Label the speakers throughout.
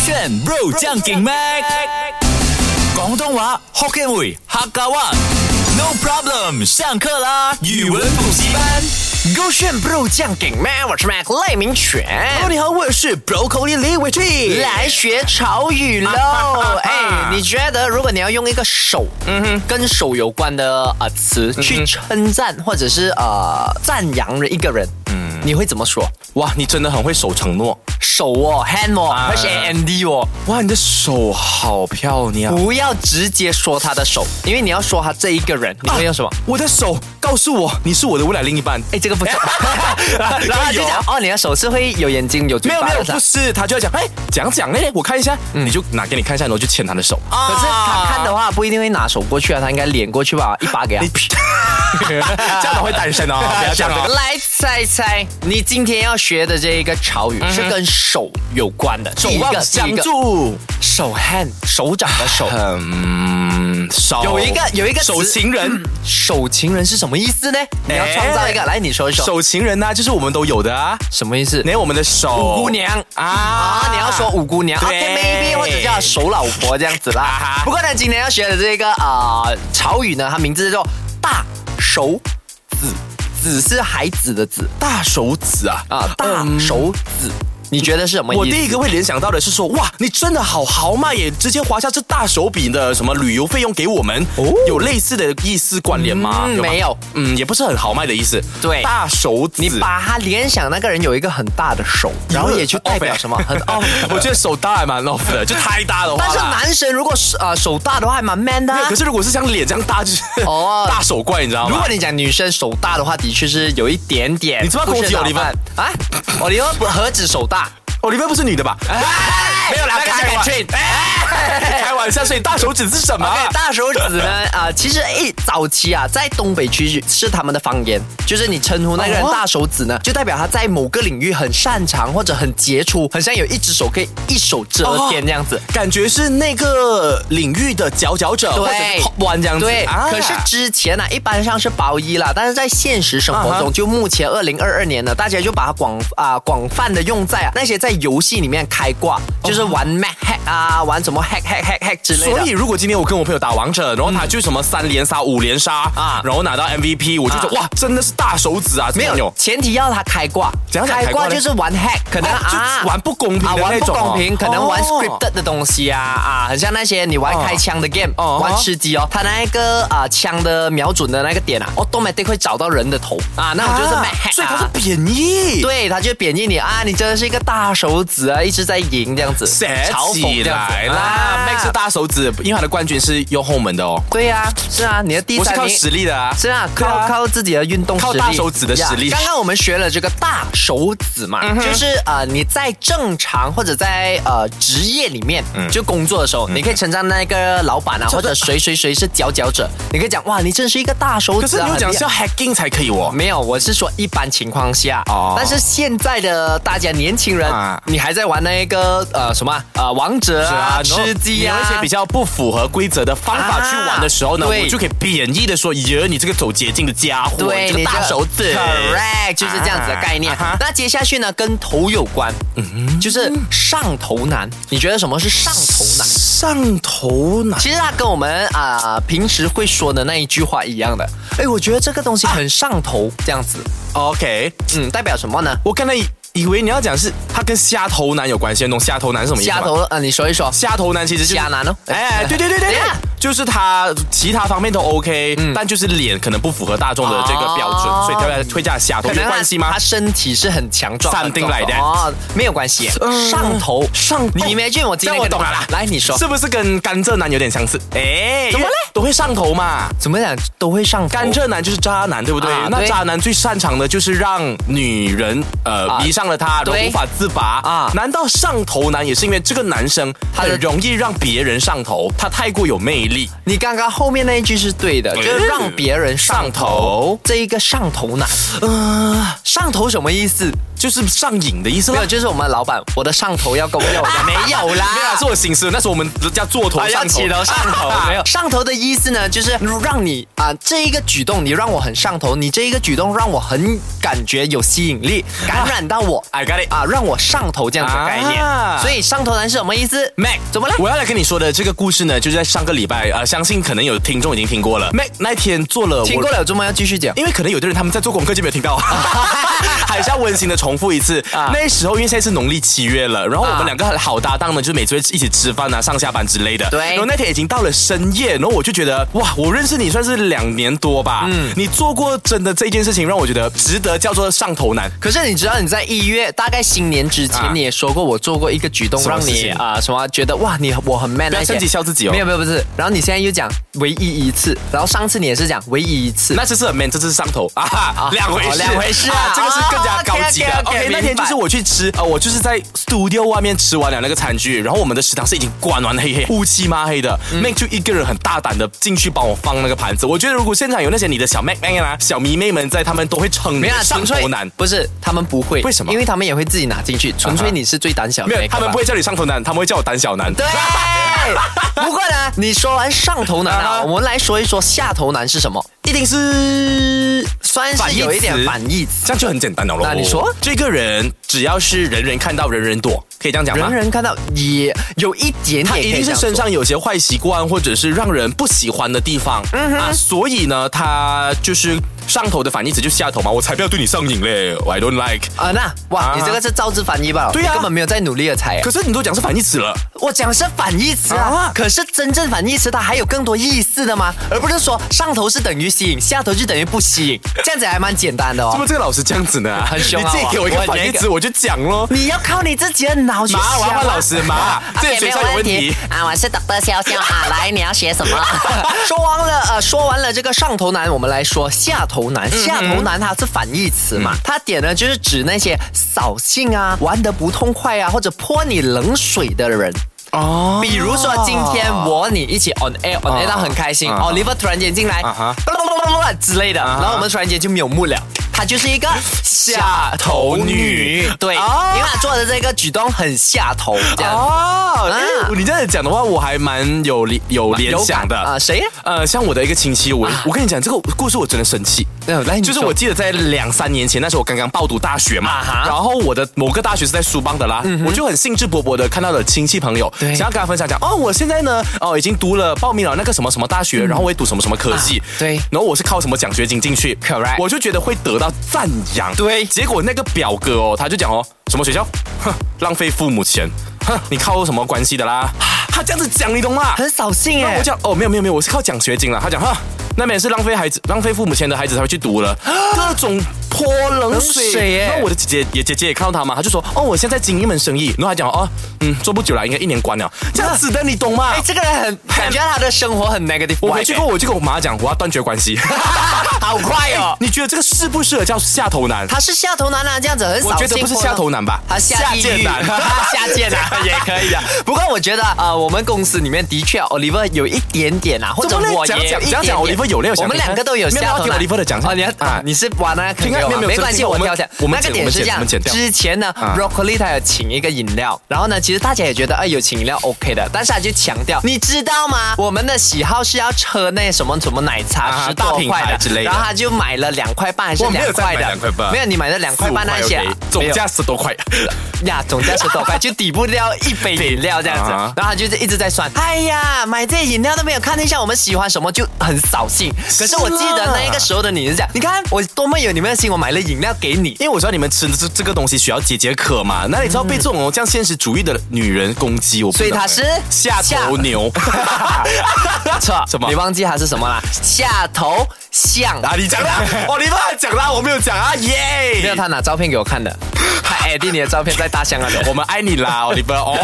Speaker 1: 选 bro 将劲 mac，广东话 Hokkien 语客家话。No problem，上课啦！语文补习班。
Speaker 2: 勾选 bro 酱给麦，我是 Mac 赖明全。
Speaker 3: Hello，你好，我是 Broccoli 李伟俊。
Speaker 2: 来学潮语喽！哎，你觉得如果你要用一个手，嗯哼，跟手有关的啊、呃词去称赞或者是呃赞扬人一个人，嗯，你会怎么说？
Speaker 3: 哇，你真的很会守承诺。
Speaker 2: 手哦，hand 哦，H A N D 哦，
Speaker 3: 哇，你的手好漂亮。啊
Speaker 2: 不要直接说他的手，因为你要说他这一个人，你会用什么？
Speaker 3: 我的手告诉我，你是我的未来另一半。
Speaker 2: 哎，这个不错。 然后
Speaker 3: 有
Speaker 2: 就讲哦，你的手是会有眼睛有嘴
Speaker 3: 没有
Speaker 2: 巴
Speaker 3: 没有，
Speaker 2: 的是吧。
Speaker 3: 不是，他就要讲，哎，讲讲哎，我看一下，你就拿给你看一下，然后就牵他的手。啊，
Speaker 2: 可是他看的话不一定会拿手过去啊，他应该脸过去吧，一把给他。
Speaker 3: 这样我会单 身哦，不要这样哦。
Speaker 2: 来猜猜，你今天要学的这一个潮语是跟手有关的，嗯手
Speaker 3: 哦手
Speaker 2: 一
Speaker 3: 腕
Speaker 2: 个是一
Speaker 3: 相
Speaker 2: 个
Speaker 3: 助，
Speaker 2: 手 hand 手掌的手，
Speaker 3: 嗯，手
Speaker 2: 有一个有一个词嗯
Speaker 3: 手情人。
Speaker 2: 手情人是什么意思呢？你要创造一个，来你说一说，
Speaker 3: 手情人呢、就是我们都有的啊。
Speaker 2: 哎什么意思？
Speaker 3: 连我们的手，
Speaker 2: 五姑娘
Speaker 3: 啊
Speaker 2: 啊，你要说五姑娘
Speaker 3: 对
Speaker 2: ，OK maybe 或者叫手老婆这样子啦。不过呢，今天要学的这个啊、呃潮语呢，它名字叫做大手子，子是孩子的子
Speaker 3: 大手指啊
Speaker 2: 啊，大
Speaker 3: 嗯
Speaker 2: 手子，你觉得是什么
Speaker 3: 我
Speaker 2: 意思？
Speaker 3: 第一个会联想到的是说，哇，你真的好豪迈耶！直接划下这大手笔的什么旅游费用给我们，有类似的意思关联吗？
Speaker 2: 哦嗯
Speaker 3: 吗
Speaker 2: 没有，
Speaker 3: 嗯，也不是很豪迈的意思。
Speaker 2: 对
Speaker 3: 大手指，
Speaker 2: 你把他联想那个人有一个很大的手，然后也去代表什么 很哦。
Speaker 3: 我觉得手大还蛮 off 的，就太大的话
Speaker 2: 但
Speaker 3: 啦。
Speaker 2: 是啊男神如果是呃手大的话，还蛮 man 的啊、
Speaker 3: 没有，可是如果是像脸这样大，就是
Speaker 2: 哦
Speaker 3: 大手怪，你知道
Speaker 2: 如
Speaker 3: 吗
Speaker 2: 果？你讲女生手大的话，的确是有一点点。
Speaker 3: 你知道
Speaker 2: 不是
Speaker 3: 攻击
Speaker 2: 打扮
Speaker 3: Oliver
Speaker 2: 啊？我离不何止手大？
Speaker 3: 哦，里面不是女的吧？
Speaker 2: 哎
Speaker 3: 哎没有啦，
Speaker 2: 那个是
Speaker 3: 开玩
Speaker 2: Catherine
Speaker 3: 哎开玩笑，所以大手指是什么？
Speaker 2: OK，大手指呢？ 啊、其实一早期啊，在东北区是他们的方言，就是你称呼那个人
Speaker 3: 哦
Speaker 2: 大手指呢，就代表他在某个领域很擅长或者很杰出，很像有一只手可以一手遮
Speaker 3: 哦
Speaker 2: 天这样子。
Speaker 3: 感觉是那个领域的佼佼者，或者
Speaker 2: 对，
Speaker 3: top one 这样子。
Speaker 2: 对，
Speaker 3: 啊
Speaker 2: 可是之前呢、一般上是包一啦，但是在现实生活
Speaker 3: 啊
Speaker 2: 中，
Speaker 3: 哈
Speaker 2: 就目前二零二二年呢，大家就把它广啊、广泛的用在啊那些在游戏里面开挂，就是玩 Mac hack 啊，玩什么 hack hack hack hack 之类的。
Speaker 3: 哦所以，如果今天我跟我朋友打王者，然后他就什么三连杀、五连杀
Speaker 2: 啊
Speaker 3: 啊，然后拿到 MVP，我就觉得
Speaker 2: 啊
Speaker 3: 哇，真的是大手指啊！
Speaker 2: 没有，前提要他开挂，
Speaker 3: 怎样讲开挂呢
Speaker 2: 就是玩 hack，可
Speaker 3: 可
Speaker 2: 能、啊
Speaker 3: 玩不公平
Speaker 2: 啊，
Speaker 3: 的
Speaker 2: 玩
Speaker 3: 那
Speaker 2: 不
Speaker 3: 种哦，
Speaker 2: 公平，可能玩
Speaker 3: 哦
Speaker 2: scripted 的东西啊啊，很像那些你玩
Speaker 3: 哦
Speaker 2: 开枪的 game，、
Speaker 3: 哦
Speaker 2: 玩吃鸡哦，他那个啊、枪的瞄准的那个点啊，automatic 会找到人的头啊，那我就是 m
Speaker 3: 啊
Speaker 2: a hack，、啊、
Speaker 3: 所以它是贬义。
Speaker 2: 对，他就贬义你啊，你真的是一个大手指啊，一直在赢这样子，
Speaker 3: 写
Speaker 2: 嘲
Speaker 3: 起
Speaker 2: 讽这样子
Speaker 3: 来啦
Speaker 2: 啊
Speaker 3: ，Max 是大手指，因为他的冠军是右后门的哦。
Speaker 2: 对呀、啊，是啊，你的第
Speaker 3: 我是
Speaker 2: 三
Speaker 3: 靠
Speaker 2: 名
Speaker 3: 实力的啊，
Speaker 2: 是啊，
Speaker 3: 对
Speaker 2: 靠靠自己的运动实力，
Speaker 3: 靠大手指的实力嗯
Speaker 2: Yeah，刚刚我们学了这个大手指嘛，就是呃你在正常或者在呃职业里面、
Speaker 3: 嗯
Speaker 2: 就工作的时候，你可以称赞那个老板啊，或者谁谁谁是佼佼者，你可以讲哇，你真是一个大手
Speaker 3: 可
Speaker 2: 指
Speaker 3: 是
Speaker 2: 啊。
Speaker 3: 你有讲
Speaker 2: 很厉
Speaker 3: 是要 hacking 才可以哦。
Speaker 2: 没有，我是说一般情况下。
Speaker 3: 哦
Speaker 2: 但是现在的大家年轻人，
Speaker 3: 啊
Speaker 2: 你还在玩那个呃什么啊呃王者
Speaker 3: 是
Speaker 2: 啊、
Speaker 3: 啊，
Speaker 2: 吃鸡啊
Speaker 3: 你用一些比较不符合规则的方法
Speaker 2: 啊
Speaker 3: 去玩的时候呢，
Speaker 2: 对
Speaker 3: 我就可以贬义的说，耶，你这个走捷径的家伙，
Speaker 2: 对，
Speaker 3: 你这个
Speaker 2: 你
Speaker 3: 大手指
Speaker 2: correct 就是这样子的概念。
Speaker 3: 啊啊哈嗯
Speaker 2: 那接下去呢，跟头有关，就是上头男。你觉得什么是上头男？
Speaker 3: 上头男。
Speaker 2: 其实它跟我们啊、平时会说的那一句话一样的。哎，我觉得这个东西很上头，这样子，
Speaker 3: OK，
Speaker 2: 嗯，代表什么呢？
Speaker 3: 我刚才以以为你要讲是它跟虾头男有关系，你懂虾头男是什么意思吗
Speaker 2: 下头，呃，你说一说，
Speaker 3: 虾头男其实就是
Speaker 2: 虾男哦
Speaker 3: 哎，对对对对
Speaker 2: 等
Speaker 3: 对
Speaker 2: 一下，
Speaker 3: 就是他其他方面都 OK，、但就是脸可能不符合大众的这个标准，
Speaker 2: 嗯哦
Speaker 3: 所以推推价虾头
Speaker 2: 可
Speaker 3: 有
Speaker 2: 能他
Speaker 3: 关系吗
Speaker 2: 他？身体是很强壮
Speaker 3: Something
Speaker 2: 很壮
Speaker 3: like that
Speaker 2: 哦，没有关系，上头
Speaker 3: 上
Speaker 2: 你 imagine 我今
Speaker 3: 这
Speaker 2: 天
Speaker 3: 样我
Speaker 2: 跟
Speaker 3: 懂了啦
Speaker 2: 来你说
Speaker 3: 是不是跟甘蔗男有点相似？哎，
Speaker 2: 怎么嘞？
Speaker 3: 都会上头嘛。
Speaker 2: 怎么讲都会上头
Speaker 3: 甘蔗男就是渣男，对不对？
Speaker 2: 啊
Speaker 3: 哦那
Speaker 2: 对
Speaker 3: 渣男最擅长的就是让女人呃、
Speaker 2: 啊
Speaker 3: 迷上了他，然后
Speaker 2: 对
Speaker 3: 无法自拔
Speaker 2: 啊嗯
Speaker 3: 啊。难道上头男也是因为这个男生
Speaker 2: 他的
Speaker 3: 很容易让别人上头，他太过有魅力？
Speaker 2: 你刚刚后面那一句是对的，就是让别人上头。
Speaker 3: 上头
Speaker 2: 这一个上头男，呃，上头什么意思？
Speaker 3: 就是上瘾的意思
Speaker 2: 没
Speaker 3: 啦
Speaker 2: 有，。就是我们老板，我的上头要跟我要我的 没有啦，
Speaker 3: 没有啦， 是我心思，那是我们人家坐头
Speaker 2: 啊，要
Speaker 3: 上头，
Speaker 2: 起头上头 没有上头的意思呢，就是让你啊、这一个举动你让我很上头，你这一个举动让我很感觉有吸引力，感染到我
Speaker 3: I got it
Speaker 2: 啊，让我上头这样子的概念。
Speaker 3: 啊
Speaker 2: 所以上头男是什么意思
Speaker 3: Mac，
Speaker 2: 怎么了
Speaker 3: 我要来跟你说的这个故事呢，就是在上个礼拜啊、呃相信可能有听众已经听过了。Mac 那天做了我
Speaker 2: 听过了，周末要继续讲。
Speaker 3: 因为可能有的人他们在做功课就没有听 到，还是要温馨的重复一次。
Speaker 2: 啊
Speaker 3: 那时候因为现在是农历七月了，然后我
Speaker 2: 啊
Speaker 3: 们两个好搭档呢，就是每次会一起吃饭啊、上下班之类的。
Speaker 2: 对
Speaker 3: 然后那天已经到了深夜，然后我就觉得哇，我认识你算是两年多吧，嗯，你做过真的这件事情让我觉得值得叫做上头男。
Speaker 2: 可是你知道你在一月大概新年之
Speaker 3: 啊
Speaker 2: 前，你也说过我做过一个举动
Speaker 3: 什么
Speaker 2: 让
Speaker 3: 事
Speaker 2: 你
Speaker 3: 情
Speaker 2: 啊、什么觉得哇你我很 man
Speaker 3: 不要
Speaker 2: 那些
Speaker 3: 趁机笑自己哦
Speaker 2: 没有没有不是，然后你现在又讲唯一一次，然后上次你也是讲唯一一次，
Speaker 3: 那这次很 man，这次是上头啊哈，两回
Speaker 2: 哦
Speaker 3: 事，
Speaker 2: 两回事啊
Speaker 3: 这个是更加高级的。
Speaker 2: 哦，OK，OK，OK，
Speaker 3: 那
Speaker 2: 明
Speaker 3: 天
Speaker 2: 白
Speaker 3: 就是我去吃，呃，我就是在 studio 外面吃完了那个餐具，然后我们的食堂是已经关完黑黑乌漆嘛黑的，Mac 就一个人很大胆的进去帮我放那个盘子。我觉得如果现场有那些你的小 Mac Mac 啊、小迷妹们在，他们都会称你
Speaker 2: 没有啊
Speaker 3: 上
Speaker 2: 纯粹
Speaker 3: 头男。
Speaker 2: 不是他们不会，
Speaker 3: 为什么
Speaker 2: 因为他们也会自己拿进去，纯粹你是最胆小的
Speaker 3: 没
Speaker 2: 那
Speaker 3: 有，
Speaker 2: 个吧。
Speaker 3: 他们不会叫你上头男，他们会叫我胆小男。
Speaker 2: 对。 不过呢，你说完上头男
Speaker 3: 啊
Speaker 2: 啊，我们来说一说下头男是什么，
Speaker 3: 一定是
Speaker 2: 算
Speaker 3: 反
Speaker 2: 是
Speaker 3: 义
Speaker 2: 有一
Speaker 3: 词
Speaker 2: 点反义词。
Speaker 3: 这样就很简单了咯。
Speaker 2: 那你说
Speaker 3: 这个人只要是人人看到人人躲，可以这样讲吗？
Speaker 2: 人人看到也有一点点
Speaker 3: 啊他
Speaker 2: 可以
Speaker 3: 一定
Speaker 2: 这
Speaker 3: 是
Speaker 2: 样
Speaker 3: 身
Speaker 2: 说
Speaker 3: 上有些坏习惯，或者是让人不喜欢的地方、
Speaker 2: 嗯
Speaker 3: 啊，所以呢，他就是上头的反义词就下头嘛，我才不要对你上瘾嘞，I don't like。
Speaker 2: 啊，那哇
Speaker 3: 啊，
Speaker 2: 你这个是照字翻译吧？
Speaker 3: 对啊
Speaker 2: 你根本没有在努力的猜。
Speaker 3: 可是你都讲是反义词了，
Speaker 2: 我讲是反义词
Speaker 3: 啊
Speaker 2: 啊，可是真正反义词它还有更多意思的吗？而不是说上头是等于吸引，下头就等于不 吸引，这样子还蛮简单的
Speaker 3: 怎
Speaker 2: 哦
Speaker 3: 么。这个老师这样子呢？
Speaker 2: 很凶啊
Speaker 3: 你自己给我一个
Speaker 2: 我我
Speaker 3: 反义词，我就讲咯。
Speaker 2: 你要靠 你自己的脑去想、
Speaker 3: 麻，
Speaker 2: 啊。
Speaker 3: 我要换老师麻，这个学校有问题。
Speaker 4: 啊！我是 Dr. 潇潇啊，来，你要学什么？
Speaker 2: 说完了，呃，说完了这个上头男，我们来说下头
Speaker 3: 嗯
Speaker 2: 男。下头男它是反义词嘛，它点呢就是指那些扫兴啊、玩得不痛快啊，或者泼你冷水的人。
Speaker 3: 哦
Speaker 2: 比如说今天我你一起 on air on air 到很开心、
Speaker 3: 啊
Speaker 2: o l i v e r 突然间进来，
Speaker 3: 啊哈
Speaker 2: 之类的，
Speaker 3: 哈
Speaker 2: 然后我们突然间就没有幕了。她就是一个
Speaker 3: 下头女
Speaker 2: 对，
Speaker 3: 哦
Speaker 2: 因为她做的这个举动很下头，这样、
Speaker 3: 哦，
Speaker 2: 啊
Speaker 3: 哎你这样讲的话，我还蛮有联有联
Speaker 2: 有
Speaker 3: 想
Speaker 2: 感
Speaker 3: 的
Speaker 2: 啊、谁呀？
Speaker 3: 呃，像我的一个亲戚，我、我跟你讲这个故事，我真的生气。
Speaker 2: 没有啊来你
Speaker 3: 就是
Speaker 2: 说
Speaker 3: 我记得在两三年前，那时候我刚刚报读大学嘛，
Speaker 2: 啊哈嗯
Speaker 3: 然后我的某个大学是在苏邦的啦，我就很兴致勃勃的看到了亲戚朋友，
Speaker 2: 对
Speaker 3: 想要跟他分享讲，哦，我现在呢，哦，已经读了报名了那个什么什么大学，然后我也读什么什么科系，
Speaker 2: 嗯啊对
Speaker 3: 然后我是靠什么奖学金进去
Speaker 2: Correct
Speaker 3: 我就觉得会得到赞扬，
Speaker 2: 对
Speaker 3: 结果那个表哥哦，他就讲哦，什么学校，哼，浪费父母钱，哼，你靠什么关系的啦？
Speaker 2: 啊
Speaker 3: 他这样子讲，你懂吗？
Speaker 2: 很扫兴
Speaker 3: 那
Speaker 2: 哎、
Speaker 3: 我讲哦，没有没有没有，我是靠奖学金了。他讲哈，那边是浪费孩子、浪费父母钱的孩子才会去读了，各种泼冷水。
Speaker 2: 冷水耶
Speaker 3: 然后我的姐姐也姐姐也看到他嘛，她就说哦，我现在经营一门生意，然后他讲哦，嗯，做不久了，应该一年关了，这样子的，你懂吗
Speaker 2: 哎、？这个人很感觉他的生活很 negative，
Speaker 3: 我回去过，后，我就跟我妈讲，我要断绝关 系。
Speaker 2: 好快哦。
Speaker 3: 你觉得这个适不适合叫下头男？
Speaker 2: 他是下头男啊，这样子很扫
Speaker 3: 我
Speaker 2: 兴。
Speaker 3: 觉得不是下头男吧，
Speaker 2: 他下地
Speaker 3: 贱
Speaker 2: 狱
Speaker 3: 男。
Speaker 2: 他 下 贱男也可
Speaker 3: 啊
Speaker 2: 以的。不过我觉得呃，我们公司里面的确 Oliver 有一点点啊，或者
Speaker 3: 怎么嘞
Speaker 2: 我也
Speaker 3: 讲
Speaker 2: 有一
Speaker 3: 讲
Speaker 2: 点
Speaker 3: 讲讲
Speaker 2: 点
Speaker 3: Oliver 有没有
Speaker 2: 我
Speaker 3: 想
Speaker 2: 们
Speaker 3: 听
Speaker 2: 两个都有
Speaker 3: 没有
Speaker 2: 下头
Speaker 3: 没有
Speaker 2: 男。
Speaker 3: 我要听 Oliver 的讲
Speaker 2: 哦，你要
Speaker 3: 啊
Speaker 2: 啊，你是玩那个
Speaker 3: 听
Speaker 2: 坑
Speaker 3: 啊
Speaker 2: 给我
Speaker 3: 没有没
Speaker 2: 啊，
Speaker 3: 有
Speaker 2: 没关系，
Speaker 3: 这个
Speaker 2: 我
Speaker 3: 我们
Speaker 2: 跳下。
Speaker 3: 我们
Speaker 2: 那个
Speaker 3: 剪
Speaker 2: 点
Speaker 3: 我们
Speaker 2: 是
Speaker 3: 剪我
Speaker 2: 这样
Speaker 3: 们剪，掉
Speaker 2: 之前呢
Speaker 3: 啊
Speaker 2: ，Broccoli 他有请一个饮料，然后呢，其实大家也觉得哎有请饮料 OK 的，但是他就强调，你知道吗？我们的喜好是要喝那什么什么奶
Speaker 3: 啊
Speaker 2: 茶十
Speaker 3: 大
Speaker 2: 多
Speaker 3: 品
Speaker 2: 块
Speaker 3: 牌
Speaker 2: 的
Speaker 3: 之类的
Speaker 2: 然后他就买了两块半还是
Speaker 3: 我没有
Speaker 2: 两
Speaker 3: 再
Speaker 2: 块
Speaker 3: 买
Speaker 2: 的，
Speaker 3: 两块半
Speaker 2: 没有你买了两块半那些
Speaker 3: 四五块
Speaker 2: 啊
Speaker 3: OK，，总
Speaker 2: 没有
Speaker 3: 价十多块。
Speaker 2: 呀，总价十多块，就抵不了一杯饮料这样子
Speaker 3: 啊。
Speaker 2: 然后他就是一直在算，哎呀，买这饮料都没有看一下我们喜欢什么，就很扫兴。可是我记得那一个时候的你是这样，你看我多么有你们的心，我买了饮料给 你。
Speaker 3: 因为我知道你们吃的这这个东西需要解解渴嘛，那你知道被这种这样现实主义的女人攻击，我不
Speaker 2: 所以
Speaker 3: 能
Speaker 2: 他是
Speaker 3: 下头 牛
Speaker 2: 错，
Speaker 3: 啊什么
Speaker 2: 你忘记它是什么啦？下头像
Speaker 3: 啊！你讲啦，哦，你爸讲啦，我没有讲啊，耶！
Speaker 2: 没有，他拿照片给我看的， 他 edit 你的照片在大象那 边。
Speaker 3: 我们爱你啦，哦，你爸哦，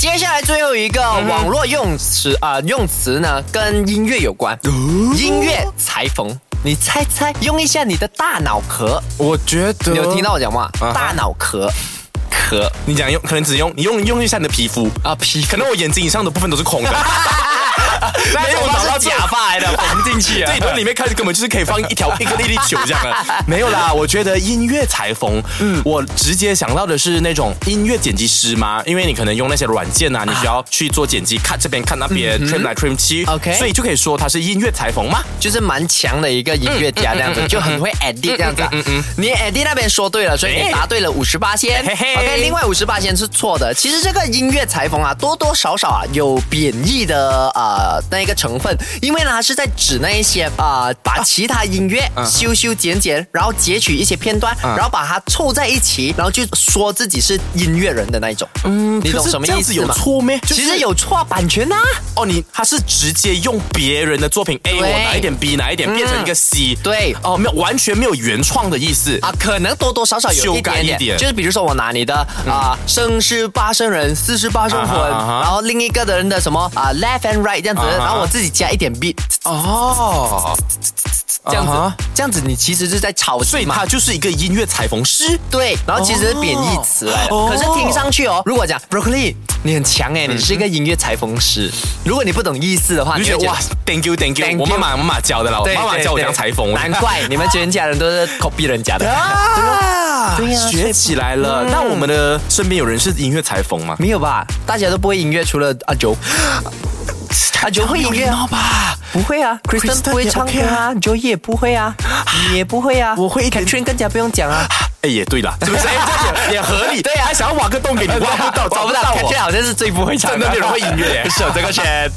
Speaker 2: 接下来最后一个
Speaker 3: 嗯
Speaker 2: 网络用词啊、用词呢，跟音乐有关，
Speaker 3: 哦
Speaker 2: 音乐裁缝。你猜猜，用一下你的大脑壳，
Speaker 3: 我觉得
Speaker 2: 你有听到我讲吗？
Speaker 3: 啊哈
Speaker 2: 大脑壳，壳
Speaker 3: 你讲用，可能只用你用用一下你的皮肤，
Speaker 2: 啊，皮
Speaker 3: 可能我眼睛以上的部分都是空的。
Speaker 2: 那头发是假发 来的，缝进去啊
Speaker 3: 这一。轮里面看根本就是可以放一条一个粒粒球这样的， 没有啦。我觉得音乐裁缝，嗯，我直接想到的是那种音乐剪辑师嘛，因为你可能用那些软件啊，你需要去做剪辑，看这边看那边，trim 来 trim 去
Speaker 2: 嗯 OK
Speaker 3: 所以就可以说他是音乐裁缝吗？
Speaker 2: 就是蛮强的一个音乐
Speaker 3: 嗯
Speaker 2: 家这样子，就很会 edit 这样子啊。你 edit 那边说对了，所以
Speaker 3: 哎
Speaker 2: 你答对了五十八先。
Speaker 3: 嘿嘿
Speaker 2: OK，另外五十八先是错的。其实这个音乐裁缝啊，多多少少啊有贬义的呃那一个成分，因为呢它是在指那一些啊、呃把其他音乐
Speaker 3: 啊
Speaker 2: 修修剪剪，然后截取一些片段，然后把它凑在一起，然后就说自己是音乐人的那一种。嗯，你懂什么
Speaker 3: 可
Speaker 2: 意
Speaker 3: 是
Speaker 2: 思
Speaker 3: 这样
Speaker 2: 吗
Speaker 3: 子有？错咩？
Speaker 2: 其实有错啊版权呐、
Speaker 3: 哦，你他是直接用别人的作品 A 我哪一点 B 哪一点变成一个 C，
Speaker 2: 嗯对
Speaker 3: 哦，没有完全没有原创的意思。
Speaker 2: 啊，可能多多少少有一
Speaker 3: 修改
Speaker 2: 点点，
Speaker 3: 一点
Speaker 2: 就是比如说我拿你的啊，生是八生人，四是八生
Speaker 3: 啊
Speaker 2: 魂，
Speaker 3: 哈啊哈
Speaker 2: 然后另一个的人的什么啊，left and right 这样子，
Speaker 3: 啊哈
Speaker 2: 然后我自己加一点 beat
Speaker 3: 哦，
Speaker 2: 这样子
Speaker 3: 啊哈
Speaker 2: 这样子你其实是在炒
Speaker 3: 所
Speaker 2: 作
Speaker 3: 以
Speaker 2: 嘛。
Speaker 3: 他就是一个音乐裁缝师。
Speaker 2: 对，然后其实是贬义词来的，
Speaker 3: 哦
Speaker 2: 可是听上去哦，如果讲 broccoli，你很强哎，你是一个音乐裁缝师。如果你不懂意思的话，
Speaker 3: 你就觉
Speaker 2: 会
Speaker 3: 得哇，thank 啊 you，thank you，
Speaker 2: Thank
Speaker 3: 我
Speaker 2: you
Speaker 3: 妈妈妈妈教的啦，我
Speaker 2: 对
Speaker 3: 妈妈
Speaker 2: 对
Speaker 3: 教我
Speaker 2: 对
Speaker 3: 讲裁缝，我就
Speaker 2: 难怪你们全家人都是 copy 人 家的。
Speaker 3: 啊，
Speaker 2: 对呀
Speaker 3: 学起来了。那我们的身边有人是音乐裁缝吗？
Speaker 2: 没有吧？大家都不会音乐，除了阿九。阿九会音乐啊
Speaker 3: 吧，
Speaker 2: 不会啊
Speaker 3: Kristen
Speaker 2: ，Kristen 不会
Speaker 3: 也
Speaker 2: 唱
Speaker 3: OK
Speaker 2: 歌啊，Joy 也不会啊，你也不会啊，
Speaker 3: 我会一点
Speaker 2: Catherine 更加不用 讲啊。
Speaker 3: 哎，也对啦，是不是？哎，这样也也合理。啊
Speaker 2: 对 啊
Speaker 3: 还想要挖个洞给你，挖不到，
Speaker 2: 找
Speaker 3: 找
Speaker 2: 不
Speaker 3: 不
Speaker 2: 到
Speaker 3: 到
Speaker 2: ，Catherine
Speaker 3: 我。啊
Speaker 2: 好像是最不会唱的，
Speaker 3: 真的没有人会音乐耶
Speaker 2: 是有这个圈。